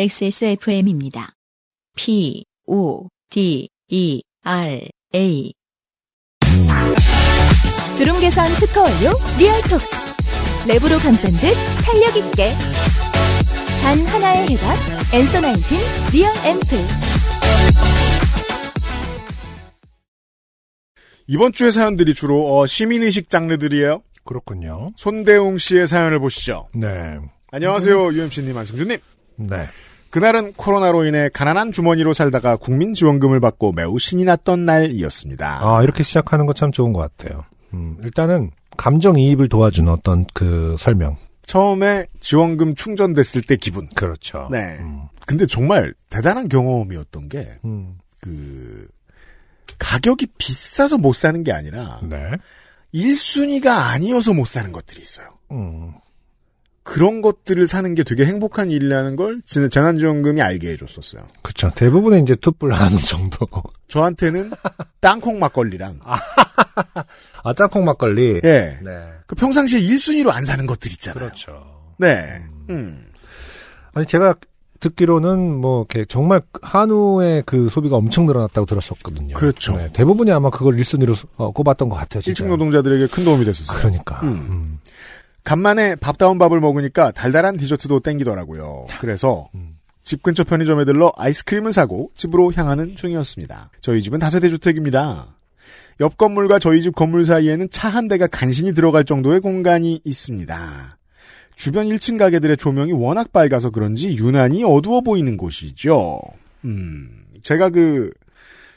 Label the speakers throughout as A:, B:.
A: XSFM입니다. P, O, D, E, R, A.
B: 주름 개선 특허 원료 리얼톡스 랩으로 감싼 듯 탄력 있게 단 하나의 해답 엔서 나인틴 리얼 앰플
C: 이번 주의 사연들이 주로 어, 시민의식 장르들이에요.
D: 그렇군요.
C: 손대웅 씨의 사연을 보시죠.
D: 네.
C: 안녕하세요, UMC님, 안승준님.
D: 네.
C: 그날은 코로나로 인해 가난한 주머니로 살다가 국민지원금을 받고 매우 신이 났던 날이었습니다.
D: 아, 이렇게 시작하는 건 참 좋은 것 같아요. 음, 일단은 감정이입을 도와주는 어떤 그 설명.
C: 처음에 지원금 충전됐을 때 기분.
D: 그렇죠.
C: 네.
D: 음,
C: 근데 정말 대단한 경험이었던 게,
D: 음,
C: 그, 가격이 비싸서 못 사는 게 아니라,
D: 네.
C: 1순위가 아니어서 못 사는 것들이 있어요.
D: 음,
C: 그런 것들을 사는 게 되게 행복한 일이라는 걸 진- 재난지원금이 알게 해줬었어요.
D: 그렇죠. 대부분의 이제 투뿔 하는 정도.
C: 저한테는 땅콩 막걸리랑
D: 아, 짬뽕 막걸리.
C: 예.
D: 네.
C: 그 평상시에 1순위로 안 사는 것들 있잖아요.
D: 그렇죠.
C: 네. 음.
D: 아니, 제가 듣기로는 뭐, 이렇게 정말 한우의 그 소비가 엄청 늘어났다고 들었었거든요.
C: 그렇죠.
D: 네, 대부분이 아마 그걸 1순위로 어, 꼽았던 것 같아요. 진짜.
C: 일층 노동자들에게 큰 도움이 됐었어요.
D: 그러니까.
C: 음. 간만에 밥다운 밥을 먹으니까 달달한 디저트도 땡기더라고요. 그래서
D: 음.
C: 집 근처 편의점에 들러 아이스크림을 사고 집으로 향하는 중이었습니다. 저희 집은 다세대 주택입니다. 옆 건물과 저희 집 건물 사이에는 차 한 대가 간신히 들어갈 정도의 공간이 있습니다. 주변 1층 가게들의 조명이 워낙 밝아서 그런지 유난히 어두워 보이는 곳이죠. 음, 제가 그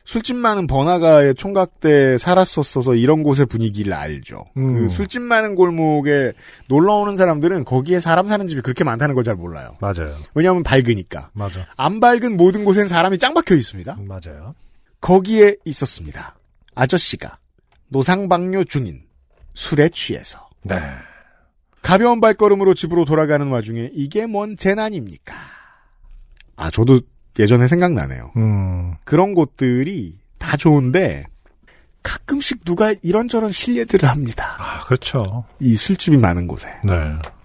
C: 술집 많은 번화가의 총각 때 살았었어서 이런 곳의 분위기를 알죠.
D: 음.
C: 그 술집 많은 골목에 놀러 오는 사람들은 거기에 사람 사는 집이 그렇게 많다는 걸 잘 몰라요.
D: 맞아요.
C: 왜냐하면 밝으니까.
D: 맞아.
C: 안 밝은 모든 곳엔 사람이 짱 박혀 있습니다.
D: 맞아요.
C: 거기에 있었습니다. 아저씨가 노상방뇨 중인 술에 취해서
D: 네.
C: 가벼운 발걸음으로 집으로 돌아가는 와중에 이게 뭔 재난입니까? 아, 저도 예전에 생각나네요.
D: 음.
C: 그런 곳들이 다 좋은데 가끔씩 누가 이런저런 실례들을 합니다.
D: 아, 그렇죠.
C: 이 술집이 많은 곳에.
D: 네.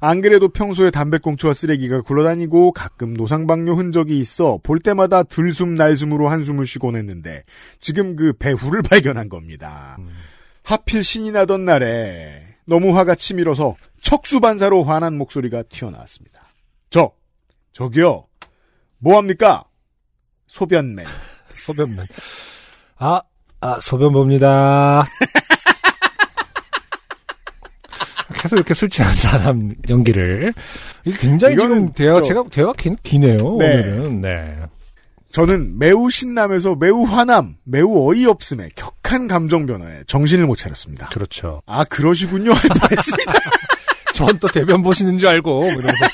C: 안 그래도 평소에 담배꽁초와 쓰레기가 굴러다니고 가끔 노상방뇨 흔적이 있어 볼 때마다 들숨 날숨으로 한숨을 쉬곤 했는데 지금 그 배후를 발견한 겁니다.
D: 음.
C: 하필 신이 나던 날에 너무 화가 치밀어서 척수반사로 화난 목소리가 튀어나왔습니다. 저 저기요 뭐합니까 소변맨
D: 소변 봅 아, 아, 소변 봅니다. 계속 이렇게 술 취한 사람 연기를. 이게 굉장히
C: 이거는
D: 지금 대화,
C: 저-
D: 제가 대화가 긴, 기네요,
C: 네.
D: 오늘은. 네.
C: 저는 매우 신남에서 매우 화남 매우 어이없음에 격한 감정 변화에 정신을 못 차렸습니다.
D: 그렇죠.
C: 아 그러시군요 할 뻔했습니다.
D: 전 또 대변 보시는 줄 알고. 뭐 이러면서.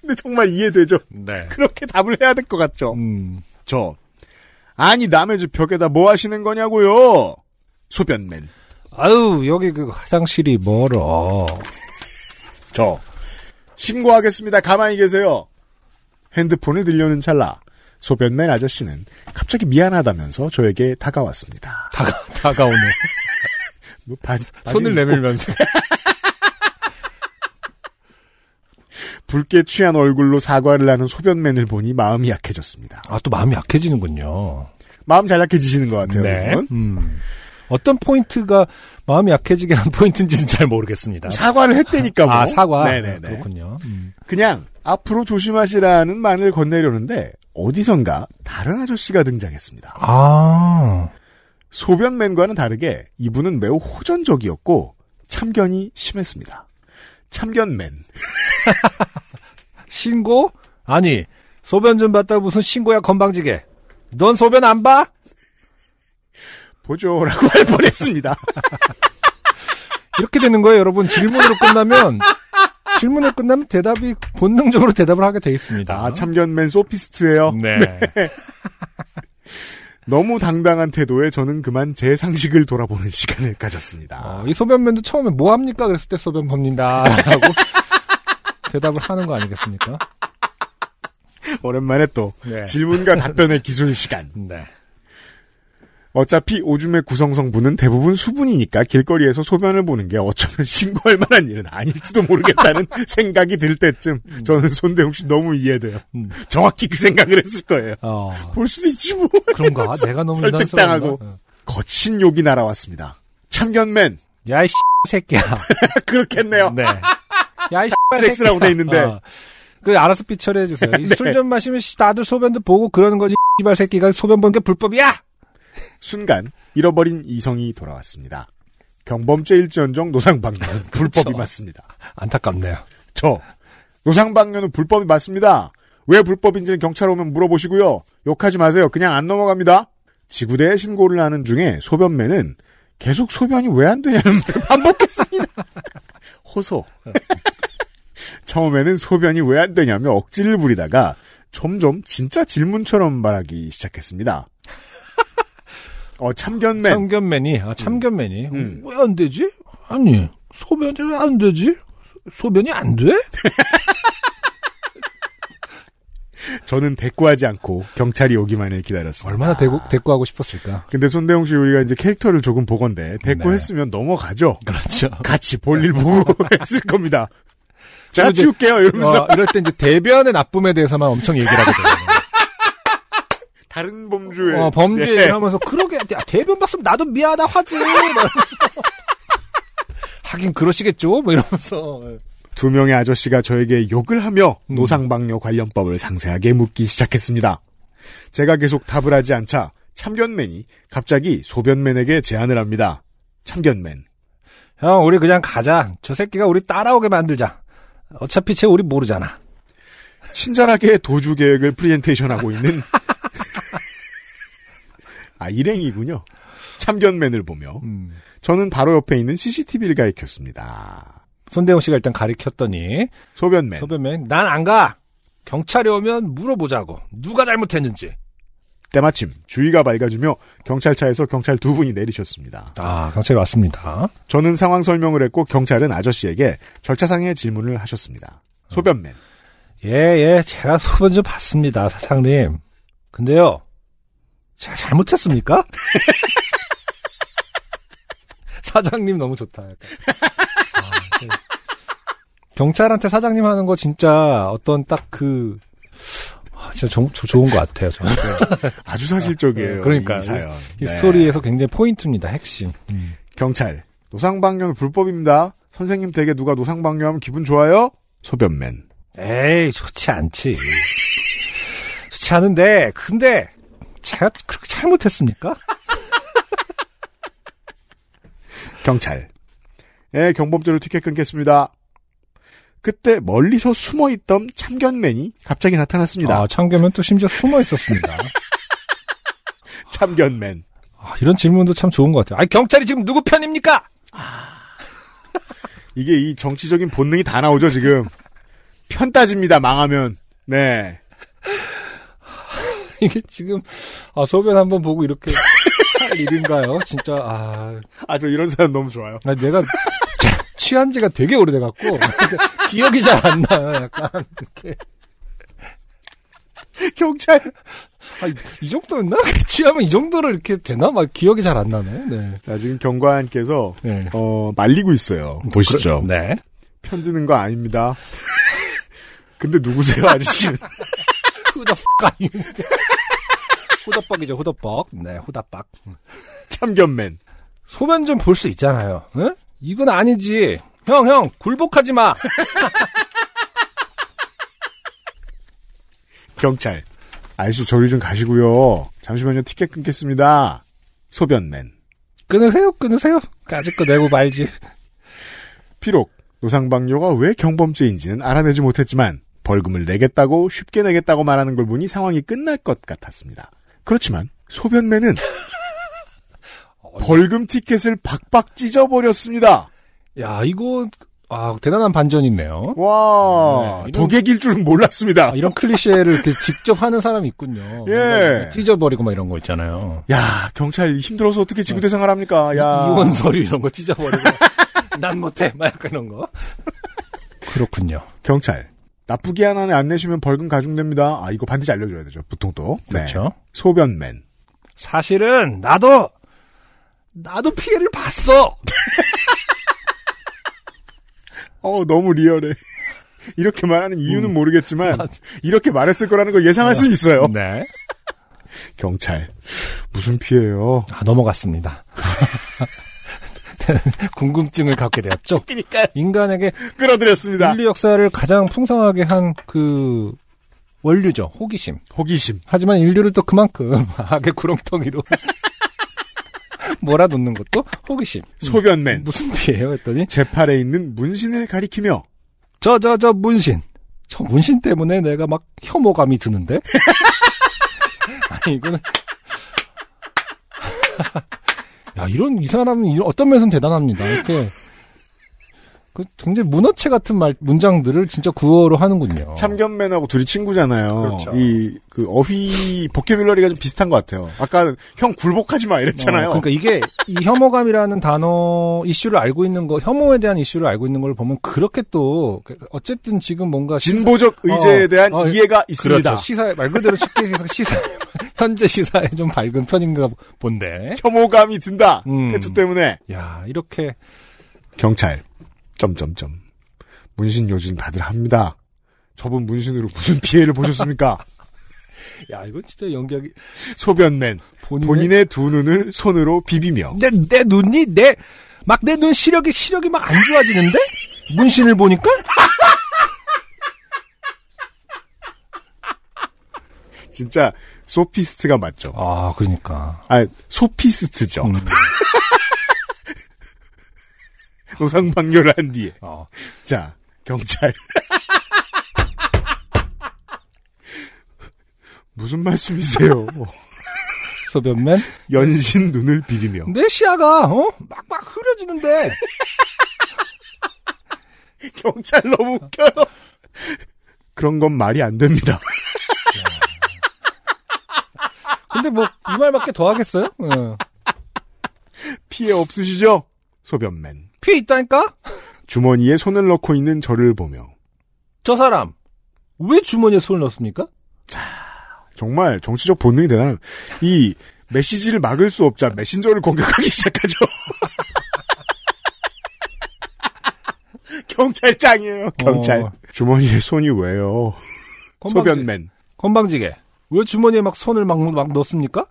C: 근데 정말 이해되죠.
D: 네.
C: 그렇게 답을 해야 될 것 같죠.
D: 음,
C: 저 아니 남의 집 벽에다 뭐 하시는 거냐고요. 소변맨
D: 아유, 여기 그 화장실이 멀어.
C: 저 신고하겠습니다. 가만히 계세요. 핸드폰을 들려는 찰나 소변맨 아저씨는 갑자기 미안하다면서 저에게 다가왔습니다.
D: 다가, 다가오네.
C: 뭐 바- 바지
D: 손을
C: 입고
D: 내밀면서.
C: 붉게 취한 얼굴로 사과를 하는 소변맨을 보니 마음이 약해졌습니다.
D: 아, 또 마음이 약해지는군요.
C: 마음 잘 약해지시는 것 같아요. 여러분.
D: 음. 어떤 포인트가 마음이 약해지게 한 포인트인지는 잘 모르겠습니다.
C: 사과를 했다니까 뭐.
D: 아, 사과.
C: 네네네.
D: 그렇군요. 음.
C: 그냥 앞으로 조심하시라는 말을 건네려는데 어디선가 다른 아저씨가 등장했습니다.
D: 아,
C: 소변맨과는 다르게 이분은 매우 호전적이었고 참견이 심했습니다. 참견맨.
D: 신고? 아니, 소변 좀 봤다고 무슨 신고야, 건방지게. 넌 소변 안 봐?
C: 보조라고 할 뻔했습니다.
D: 이렇게 되는 거예요, 여러분. 질문으로 끝나면, 질문으로 끝나면 대답이 본능적으로 대답을 하게 돼 있습니다.
C: 아, 참견맨 소피스트예요.
D: 네.
C: 너무 당당한 태도에 저는 그만 제 상식을 돌아보는 시간을 가졌습니다.
D: 어, 이 소변맨도 처음에 뭐 합니까? 그랬을 때 소변 봅니다. 라고 대답을 하는 거 아니겠습니까?
C: 오랜만에 또
D: 네.
C: 질문과 답변의 기술 시간.
D: 네.
C: 어차피 오줌의 구성 성분은 대부분 수분이니까 길거리에서 소변을 보는 게 어쩌면 신고할 만한 일은 아닐지도 모르겠다는 생각이 들 때쯤 저는 손대웅 씨 너무 이해돼요.
D: 음.
C: 정확히 그 생각을 했을 거예요.
D: 어.
C: 볼 수도 있지 뭐.
D: 그런가? 내가 너무
C: 설득당하고.
D: 유난스러운가? 어.
C: 거친 욕이 날아왔습니다. 참견맨 아,
D: 야, 이 씨, 새끼야.
C: 그렇겠네요.
D: 네. 야, 이 씨,
C: 섹스라고 돼 있는데. 네.
D: 그 알아서 삐처리 해주세요. 술 좀 마시면 씨, 다들 소변도 보고 그러는 거지. 이발 새끼가 소변 보는 게 불법이야.
C: 순간 잃어버린 이성이 돌아왔습니다. 경범죄일지언정 노상방뇨는 불법이 맞습니다.
D: 안타깝네요.
C: 저 노상방뇨는 불법이 맞습니다. 왜 불법인지는 경찰 오면 물어보시고요. 욕하지 마세요. 그냥 안 넘어갑니다. 지구대에 신고를 하는 중에 소변맨은 계속 소변이 왜 안 되냐는 말을 반복했습니다. 호소. 처음에는 소변이 왜 안 되냐며 억지를 부리다가 점점 진짜 질문처럼 말하기 시작했습니다. 어 참견맨.
D: 참견맨이, 아, 참견맨이.
C: 음.
D: 왜 안 되지? 아니, 소변이 왜 안 되지? 소- 소변이 안 돼?
C: 저는 대꾸하지 않고 경찰이 오기만을 기다렸습니다.
D: 얼마나 대구, 대꾸하고 싶었을까?
C: 근데 손대웅 씨 우리가 이제 캐릭터를 조금 보건데 대꾸했으면 넘어가죠.
D: 그렇죠.
C: 같이 볼일 보고 했을 겁니다. 제가 어,
D: 그리고 이제-
C: 치울게요 이러면서
D: 어, 이럴 때 이제 대변의 나쁨에 대해서만 엄청 얘기를 하게 돼요.
C: 다른 범주에
D: 어, 범죄
C: 예.
D: 얘기를 하면서 그러게 야, 대변 봤으면 나도 미안하다 화지. 이러면서. 하긴 그러시겠죠. 뭐 이러면서
C: 두 명의 아저씨가 저에게 욕을 하며
D: 음.
C: 노상방뇨 관련법을 상세하게 묻기 시작했습니다. 제가 계속 답을 하지 않자 참견맨이 갑자기 소변맨에게 제안을 합니다. 참견맨
D: 형 우리 그냥 가자. 저 새끼가 우리 따라오게 만들자. 어차피 쟤 우리 모르잖아.
C: 친절하게 도주 계획을 프레젠테이션하고 있는 아 일행이군요. 참견맨을 보며
D: 음.
C: 저는 바로 옆에 있는 CCTV를 가리켰습니다.
D: 손대웅 씨가 일단 가리켰더니
C: 소변맨.
D: 소변맨 난 안 가. 경찰이 오면 물어보자고 누가 잘못했는지.
C: 때마침 주위가 밝아지며 경찰차에서 경찰 두 분이 내리셨습니다.
D: 아 경찰이 왔습니다.
C: 저는 상황 설명을 했고 경찰은 아저씨에게 절차상의 질문을 하셨습니다. 소변맨.
D: 예예 제가 소변 좀 봤습니다 사장님. 근데요 제가 잘못했습니까? 사장님 너무 좋다. 약간. 아, 네. 경찰한테 사장님 하는 거 진짜 어떤 딱 그 아, 진짜 조- 조- 좋은 것 같아요. 저는.
C: 아주 사실적이에요.
D: 아, 그러니까요.
C: 이 사연.
D: 이
C: 네.
D: 스토리에서 굉장히 포인트입니다. 핵심.
C: 경찰. 노상방뇨는 불법입니다. 선생님 댁에 누가 노상방뇨하면 기분 좋아요? 소변맨.
D: 에이, 좋지 않지. 좋지 않은데, 근데, 제가 그렇게 잘못했습니까?
C: 경찰. 예, 경범죄로 티켓 끊겠습니다. 그때 멀리서 숨어 있던 참견맨이 갑자기 나타났습니다.
D: 아, 참견면 또 심지어 숨어 있었습니다.
C: 참견맨.
D: 아, 이런 질문도 참 좋은 것 같아요. 아, 경찰이 지금 누구 편입니까?
C: 이게 이 정치적인 본능이 다 나오죠, 지금. 편 따집니다, 망하면. 네.
D: 이게 지금, 아, 소변 한번 보고 이렇게 할 일인가요? 진짜, 아,
C: 아, 저 이런 사연 너무 좋아요.
D: 나 내가 취한 지가 되게 오래돼갖고, 기억이 잘 안 나요, 약간. 이렇게.
C: 경찰.
D: 아, 이- 이 정도였나? 취하면 이 정도로 이렇게 되나? 막 기억이 잘 안 나네. 네.
C: 자, 지금 경관께서,
D: 네.
C: 어, 말리고 있어요. 보시죠.
D: 네.
C: 편 드는 거 아닙니다. 근데 누구세요, 아저씨는?
D: 후다빡 아니고. 후다빡이죠, 후다빡. 네, 후다빡.
C: 참견맨.
D: 소변 좀 볼 수 있잖아요. 응? 이건 아니지. 형, 형, 굴복하지 마.
C: 경찰. 아저씨, 저리 좀 가시고요. 잠시만요, 티켓 끊겠습니다. 소변맨.
D: 끊으세요, 끊으세요. 까짓 거 내고 말지.
C: 비록 노상방뇨가 왜 경범죄인지는 알아내지 못했지만 벌금을 내겠다고 쉽게 내겠다고 말하는 걸 보니 상황이 끝날 것 같았습니다. 그렇지만 소변맨은 벌금 티켓을 박박 찢어버렸습니다.
D: 야, 이거, 아, 대단한 반전이네요.
C: 와
D: 네, 이런-
C: 도객일 줄은 몰랐습니다.
D: 아, 이런 클리셰를 이렇게 직접 하는 사람이 있군요.
C: 예.
D: 찢어버리고 막 이런 거 있잖아요.
C: 야 경찰 힘들어서 어떻게 지구대상을 합니까? 야
D: 이혼 서류 이런 거 찢어버리고 난 못해 막 약간 이런 거 그렇군요
C: 경찰 나쁘게 하나 안 내시면 벌금 가중됩니다. 아 이거 반드시 알려줘야 되죠. 보통 또 네.
D: 그렇죠
C: 소변맨
D: 사실은 나도 나도 피해를 봤어.
C: 어, 너무 리얼해. 이렇게 말하는 이유는 모르겠지만
D: 음. 맞아.
C: 이렇게 말했을 거라는 걸 예상할 수 있어요.
D: 네.
C: 경찰 무슨 피해요?
D: 아, 넘어갔습니다. 궁금증을 갖게 되었죠.
C: 그러니까
D: 인간에게
C: 끌어들였습니다.
D: 인류 역사를 가장 풍성하게 한 그 원류죠. 호기심.
C: 호기심.
D: 하지만 인류를 또 그만큼 악의 구렁텅이로 몰아놓는 것도 호기심.
C: 소변맨.
D: 무슨 피해요? 했더니
C: 제 팔에 있는 문신을 가리키며
D: 저 저 저 문신. 저 문신 때문에 내가 막 혐오감이 드는데. 아니 이거는 야 이런 이 사람은 이런- 어떤 면에서는 대단합니다. 이렇게 그 굉장히 문어체 같은 말 문장들을 진짜 구어로 하는군요.
C: 참견맨하고 둘이 친구잖아요.
D: 그렇죠.
C: 이 그 어휘 보케뷸러리가 좀 비슷한 것 같아요. 아까 형 굴복하지 마 이랬잖아요.
D: 어, 그러니까 이게 이 혐오감이라는 단어 이슈를 알고 있는 거 혐오에 대한 이슈를 알고 있는 걸 보면 그렇게 또 어쨌든 지금 뭔가
C: 진보적 의제에
D: 어,
C: 대한
D: 어,
C: 이해가 있습니다.
D: 그렇죠. 시사에 말 그대로 쉽게 해서 시사 현재 시사에 좀 밝은 편인가 본데.
C: 혐오감이 든다.
D: 음.
C: 태투 때문에
D: 야 이렇게
C: 경찰 점점점 문신 요즘 다들 합니다. 저분 문신으로 무슨 피해를 보셨습니까?
D: 야 이건 진짜 연기하기
C: 소변맨
D: 본인의,
C: 본인의 두 눈을 손으로 비비며
D: 내, 내 눈이 내 막 내 눈 시력이 시력이 막 안 좋아지는데 문신을 보니까
C: 진짜 소피스트가 맞죠.
D: 아 그러니까
C: 아 소피스트죠.
D: 음,
C: 노상방뇨한 뒤에
D: 어.
C: 자, 경찰. 무슨 말씀이세요?
D: 소변맨
C: 연신 눈을 비비며.
D: 내 시야가 어 막 막 흐려지는데
C: 경찰 너무 웃겨요. 그런 건 말이 안 됩니다.
D: 근데 뭐 이 말밖에 더 하겠어요? 어.
C: 피해 없으시죠? 소변맨.
D: 피해 있다니까
C: 주머니에 손을 넣고 있는 저를 보며.
D: 저 사람 왜 주머니에 손을 넣습니까?
C: 정말 정치적 본능이 대단한 이 메시지를 막을 수 없자 메신저를 공격하기 시작하죠. 경찰장이에요, 경찰.
D: 어.
C: 주머니에 손이 왜요?
D: 건방지-
C: 소변맨,
D: 건방지게 왜 주머니에 막 손을 막, 막 넣습니까?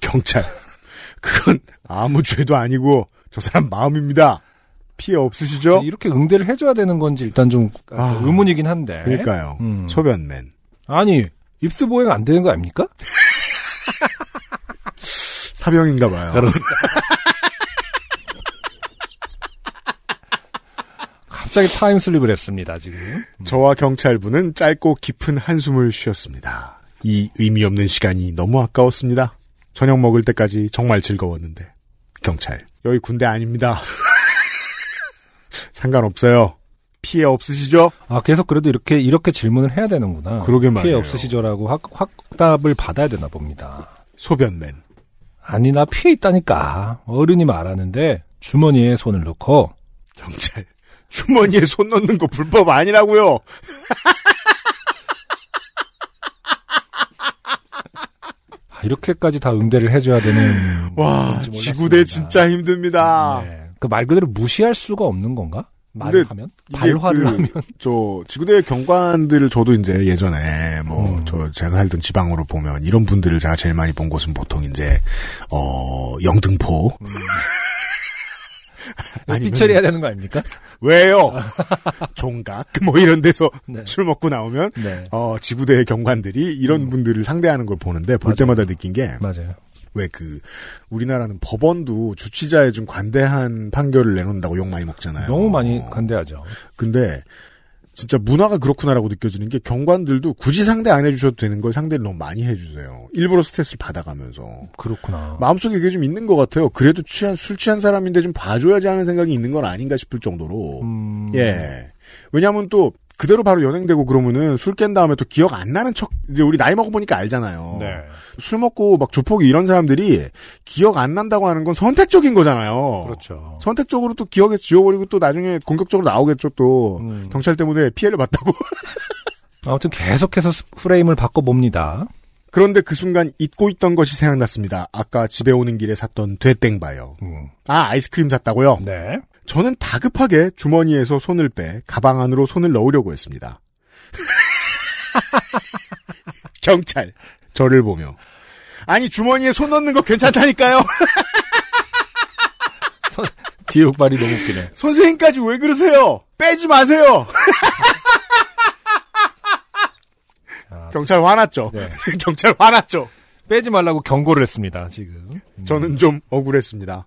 C: 경찰. 그건 아무 죄도 아니고 저 사람 마음입니다. 피해 없으시죠?
D: 이렇게 응대를 해줘야 되는 건지 일단 좀
C: 어?
D: 그
C: 아.
D: 의문이긴 한데
C: 그러니까요.
D: 음.
C: 소변맨.
D: 아니 입수 보행 안 되는 거 아닙니까?
C: 사병인가
D: 그렇죠.
C: 봐요.
D: 갑자기 타임슬립을 했습니다 지금.
C: 저와 경찰분은 짧고 깊은 한숨을 쉬었습니다. 이 의미 없는 시간이 너무 아까웠습니다. 저녁 먹을 때까지 정말 즐거웠는데. 경찰. 여기 군대 아닙니다. 상관없어요. 피해 없으시죠?
D: 아 계속 그래도 이렇게 이렇게 질문을 해야 되는구나.
C: 그러게
D: 피해
C: 말이에요.
D: 없으시죠라고 확, 확답을 받아야 되나 봅니다.
C: 소변맨.
D: 아니 나 피해 있다니까 어른이 말하는데 주머니에 손을 넣고
C: 경찰. 주머니에 손 넣는 거 불법 아니라고요.
D: 아, 이렇게까지 다 응대를 해줘야 되는.
C: 네. 와,
D: 건지 몰랐습니다.
C: 지구대 진짜 힘듭니다.
D: 네. 그 말 그대로 무시할 수가 없는 건가? 말을
C: 근데
D: 하면
C: 이게
D: 발화를
C: 그-
D: 하면
C: 저 지구대 경관들을 저도 이제 예전에 뭐
D: 음.
C: 저 제가 살던 지방으로 보면 이런 분들을 제가 제일 많이 본 곳은 보통 이제 어 영등포
D: 음.
C: 아니면-
D: 삐처리해야 되는 거 아닙니까?
C: 왜요 종각 뭐 이런 데서
D: 네.
C: 술 먹고 나오면
D: 네
C: 어 지구대의 경관들이 이런 분들을 상대하는 걸 보는데 볼
D: 음. 맞아요.
C: 때마다 느낀
D: 맞아요.
C: 게 왜 그 우리나라는 법원도 주치자에 좀 관대한 판결을 내놓는다고 욕 많이 먹잖아요
D: 너무 많이
C: 어.
D: 관대하죠.
C: 근데 진짜 문화가 그렇구나라고 느껴지는 게 경관들도 굳이 상대 안 해주셔도 되는 걸 상대를 너무 많이 해주세요. 일부러 스트레스를 받아가면서
D: 그렇구나.
C: 마음속에 그게 좀 있는 것 같아요. 그래도 취한 술 취한 사람인데 좀 봐줘야지 하는 생각이 있는 건 아닌가 싶을 정도로
D: 음,
C: 예 왜냐하면 또 그대로 바로 연행되고 그러면은 술 깬 다음에 또 기억 안 나는 척 이제 우리 나이 먹어 보니까 알잖아요.
D: 네.
C: 술 먹고 막 조폭이 이런 사람들이 기억 안 난다고 하는 건 선택적인 거잖아요.
D: 그렇죠.
C: 선택적으로 또 기억에 지워버리고 또 나중에 공격적으로 나오겠죠 또
D: 음.
C: 경찰 때문에 피해를 봤다고
D: 아무튼 계속해서 스- 프레임을 바꿔봅니다.
C: 그런데 그 순간 잊고 있던 것이 생각났습니다. 아까 집에 오는 길에 샀던 되땡바요.
D: 음.
C: 아, 아이스크림 샀다고요?
D: 네.
C: 저는 다급하게 주머니에서 손을 빼 가방 안으로 손을 넣으려고 했습니다. 경찰 저를 보며 아니 주머니에 손 넣는 거 괜찮다니까요.
D: 뒤에 옥발이 너무 웃기네.
C: 선생님까지 왜 그러세요? 빼지 마세요.
D: 아,
C: 경찰 화났죠.
D: 네.
C: 경찰 화났죠.
D: 빼지 말라고 경고를 했습니다, 지금. 음.
C: 저는 좀 억울했습니다.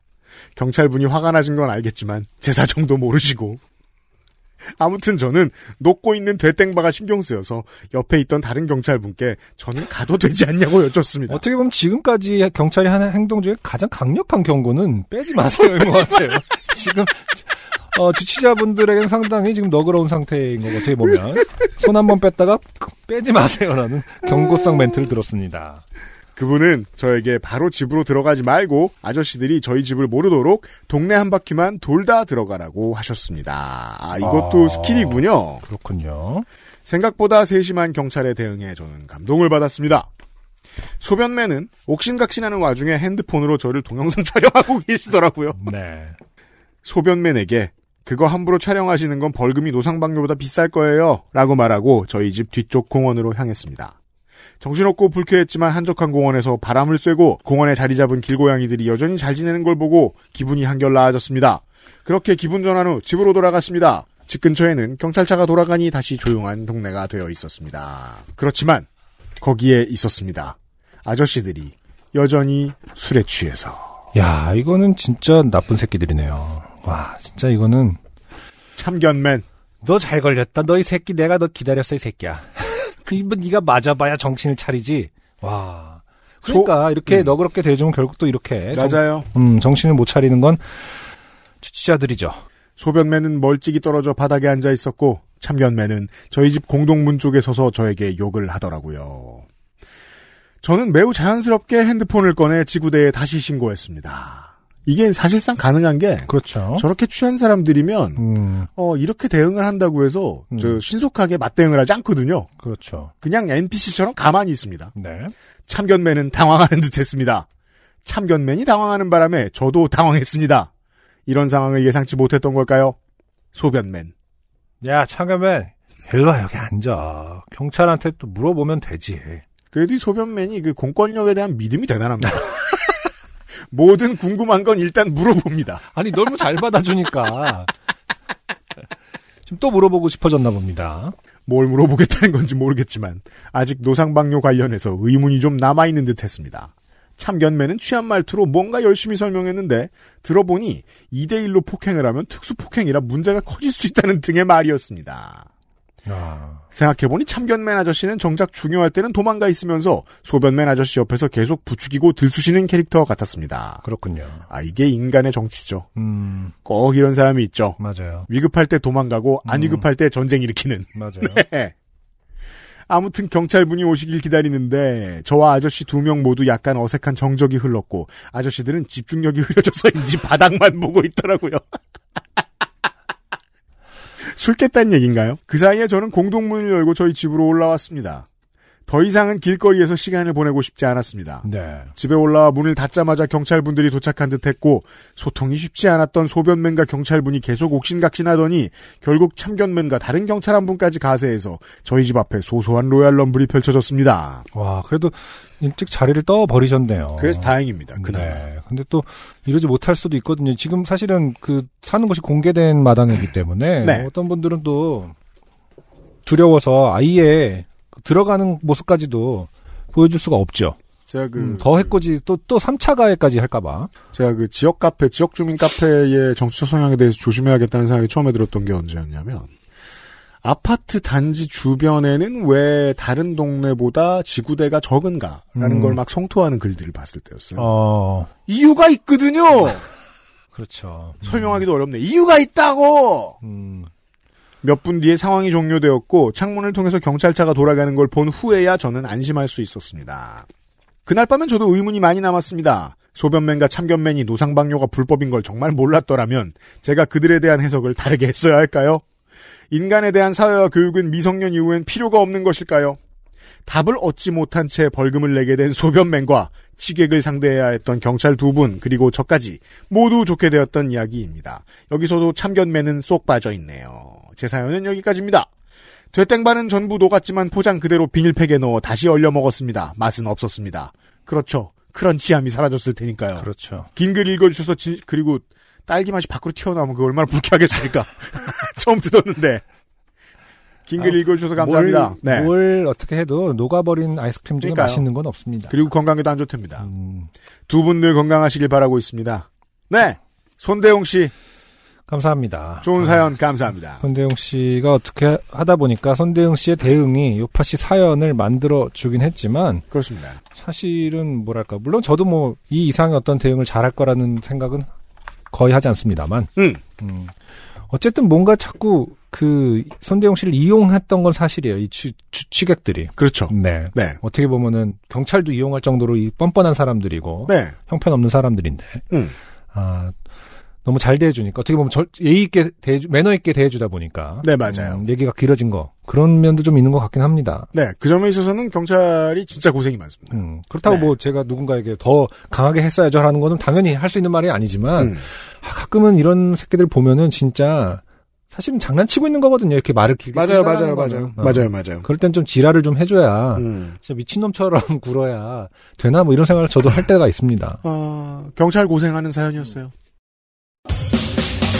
C: 경찰분이 화가 나신 건 알겠지만 제 사정도 모르시고 아무튼 저는 녹고 있는 되땡바가 신경 쓰여서 옆에 있던 다른 경찰분께 저는 가도 되지 않냐고 여쭙습니다.
D: 어떻게 보면 지금까지 경찰이 하는 행동 중에 가장 강력한 경고는 빼지 마세요인 것 같아요. 지금 어, 주치자분들에게는 상당히 지금 너그러운 상태인 것 어떻게 보면 손 한 번 뺐다가 빼지 마세요라는 경고성 멘트를 들었습니다.
C: 그분은 저에게 바로 집으로 들어가지 말고 아저씨들이 저희 집을 모르도록 동네 한 바퀴만 돌다 들어가라고 하셨습니다. 아, 이것도
D: 아.
C: 스킬이군요.
D: 그렇군요.
C: 생각보다 세심한 경찰의 대응에 저는 감동을 받았습니다. 소변맨은 옥신각신하는 와중에 핸드폰으로 저를 동영상 촬영하고 계시더라고요.
D: 네.
C: 소변맨에게 그거 함부로 촬영하시는 건 벌금이 노상방뇨보다 비쌀 거예요. 라고 말하고 저희 집 뒤쪽 공원으로 향했습니다. 정신없고 불쾌했지만 한적한 공원에서 바람을 쐬고 공원에 자리 잡은 길고양이들이 여전히 잘 지내는 걸 보고 기분이 한결 나아졌습니다. 그렇게 기분 전환 후 집으로 돌아갔습니다. 집 근처에는 경찰차가 돌아가니 다시 조용한 동네가 되어 있었습니다. 그렇지만 거기에 있었습니다. 아저씨들이 여전히 술에 취해서
D: 야 이거는 진짜 나쁜 새끼들이네요. 와 진짜 이거는
C: 참견맨
D: 너 잘 걸렸다. 너 이 새끼 내가 너 기다렸어 이 새끼야. 그 이번 네가 맞아봐야 정신을 차리지. 와. 그러니까 이렇게 너그럽게 대해주면 결국 또 이렇게 정-
C: 맞아요.
D: 음, 정신을 못 차리는 건 주치자들이죠.
C: 소변맨은 멀찍이 떨어져 바닥에 앉아 있었고 참견맨은 저희 집 공동문 쪽에 서서 저에게 욕을 하더라고요. 저는 매우 자연스럽게 핸드폰을 꺼내 지구대에 다시 신고했습니다. 이게 사실상 가능한 게
D: 그렇죠.
C: 저렇게 취한 사람들이면
D: 음,
C: 어, 이렇게 대응을 한다고 해서
D: 음.
C: 저 신속하게 맞대응을 하지 않거든요.
D: 그렇죠.
C: 그냥 NPC처럼 가만히 있습니다.
D: 네.
C: 참견맨은 당황하는 듯했습니다. 참견맨이 당황하는 바람에 저도 당황했습니다. 이런 상황을 예상치 못했던 걸까요? 소변맨.
D: 야, 창겸맨. 일로 와, 여기 앉아. 경찰한테 또 물어보면 되지.
C: 그래도 이 소변맨이 그 공권력에 대한 믿음이 대단합니다. 뭐든 궁금한 건 일단 물어봅니다.
D: 아니, 너무 잘 받아주니까. 지금 또 물어보고 싶어졌나 봅니다.
C: 뭘 물어보겠다는 건지 모르겠지만 아직 노상방뇨 관련해서 의문이 좀 남아있는 듯 했습니다. 참견맨은 취한 말투로 뭔가 열심히 설명했는데 들어보니 2대1로 폭행을 하면 특수폭행이라 문제가 커질 수 있다는 등의 말이었습니다.
D: 아,
C: 생각해보니 참견맨 아저씨는 정작 중요할 때는 도망가 있으면서 소변맨 아저씨 옆에서 계속 부추기고 들쑤시는 캐릭터 같았습니다.
D: 그렇군요.
C: 아, 이게 인간의 정치죠.
D: 음,
C: 꼭 이런 사람이 있죠.
D: 맞아요.
C: 위급할 때 도망가고 안
D: 음.
C: 위급할 때 전쟁 일으키는.
D: 맞아요.
C: 아무튼 경찰분이 오시길 기다리는데 저와 아저씨 두 명 모두 약간 어색한 정적이 흘렀고 아저씨들은 집중력이 흐려져서인지 바닥만 보고 있더라고요. 술 깼다는 얘기인가요? 그 사이에 저는 공동문을 열고 저희 집으로 올라왔습니다. 더 이상은 길거리에서 시간을 보내고 싶지 않았습니다.
D: 네.
C: 집에 올라와 문을 닫자마자 경찰분들이 도착한 듯 했고 소통이 쉽지 않았던 소변맨과 경찰분이 계속 옥신각신하더니 결국 참견맨과 다른 경찰 한 분까지 가세해서 저희 집 앞에 소소한 로얄 럼블이 펼쳐졌습니다.
D: 와, 그래도 일찍 자리를 떠버리셨네요.
C: 그래서 다행입니다. 그날
D: 네. 근데 또 이러지 못할 수도 있거든요. 지금 사실은 그 사는 것이 공개된 마당이기 때문에
C: 네.
D: 어떤 분들은 또 두려워서 아예 그 들어가는 모습까지도 보여줄 수가 없죠.
C: 제가 그
D: 음, 더 해코지 또 또 3차 가해까지 할까봐.
C: 제가 그 지역 카페 지역 주민 카페의 정치적 성향에 대해서 조심해야겠다는 생각이 처음에 들었던 게 언제였냐면 아파트 단지 주변에는 왜 다른 동네보다 지구대가 적은가라는
D: 음.
C: 걸 막 성토하는 글들을 봤을 때였어요.
D: 어,
C: 이유가 있거든요.
D: 그렇죠. 음,
C: 설명하기도 어렵네. 이유가 있다고!
D: 음,
C: 몇 분 뒤에 상황이 종료되었고, 창문을 통해서 경찰차가 돌아가는 걸 본 후에야 저는 안심할 수 있었습니다. 그날 밤엔 저도 의문이 많이 남았습니다. 소변맨과 참견맨이 노상방뇨가 불법인 걸 정말 몰랐더라면, 제가 그들에 대한 해석을 다르게 했어야 할까요? 인간에 대한 사회와 교육은 미성년 이후엔 필요가 없는 것일까요? 답을 얻지 못한 채 벌금을 내게 된 소변맨과 치객을 상대해야 했던 경찰 두 분, 그리고 저까지 모두 좋게 되었던 이야기입니다. 여기서도 참견맨은 쏙 빠져있네요. 제 사연은 여기까지입니다. 되땡반은 전부 녹았지만 포장 그대로 비닐팩에 넣어 다시 얼려 먹었습니다. 맛은 없었습니다. 그렇죠. 크런치함이 사라졌을 테니까요.
D: 그렇죠.
C: 긴 글 읽어주셔서 진- 그리고 딸기 맛이 밖으로 튀어나오면 그 얼마나 불쾌하겠습니까? 처음 듣었는데 긴 글
D: 아,
C: 읽어주셔서 감사합니다.
D: 뭘,
C: 네.
D: 뭘 어떻게 해도 녹아버린 아이스크림 중에
C: 그러니까요.
D: 맛있는 건 없습니다.
C: 그리고 건강에도 안 좋답니다.
D: 음,
C: 두 분 늘 건강하시길 바라고 있습니다. 네, 손대용 씨
D: 감사합니다.
C: 좋은 사연 감사합니다.
D: 손대웅 씨가 어떻게 하- 하다 보니까 손대웅 씨의 대응이 요파 씨 사연을 만들어 주긴 했지만
C: 그렇습니다.
D: 사실은 뭐랄까 물론 저도 뭐 이 이상의 어떤 대응을 잘할 거라는 생각은 거의 하지 않습니다만
C: 음.
D: 음, 어쨌든 뭔가 자꾸 그 손대웅 씨를 이용했던 건 사실이에요 이 추, 추, 취객들이
C: 그렇죠.
D: 네
C: 네,
D: 어떻게 보면은 경찰도 이용할 정도로 이 뻔뻔한 사람들이고
C: 네,
D: 형편없는 사람들인데
C: 음.
D: 아 너무 잘 대해주니까 어떻게 보면 절- 예의 있게 대해주, 매너 있게 대해주다 보니까
C: 네 맞아요.
D: 음, 얘기가 길어진 거 그런 면도 좀 있는 것 같긴 합니다.
C: 네, 그 점에 있어서는 경찰이 진짜 고생이 많습니다.
D: 음, 그렇다고
C: 네.
D: 뭐 제가 누군가에게 더 강하게 했어야죠 하는 거는 당연히 할 수 있는 말이 아니지만
C: 음.
D: 아, 가끔은 이런 새끼들 보면은 진짜 사실은 장난치고 있는 거거든요. 이렇게 말을 길게
C: 맞아요,
D: 찢어라는
C: 맞아요,
D: 거는.
C: 맞아요,
D: 어.
C: 맞아요, 맞아요.
D: 그럴 땐 좀 지랄을 좀 해줘야
C: 음.
D: 진짜 미친놈처럼 굴어야 되나 뭐 이런 생각을 저도 할 때가 있습니다.
C: 어, 경찰 고생하는 사연이었어요.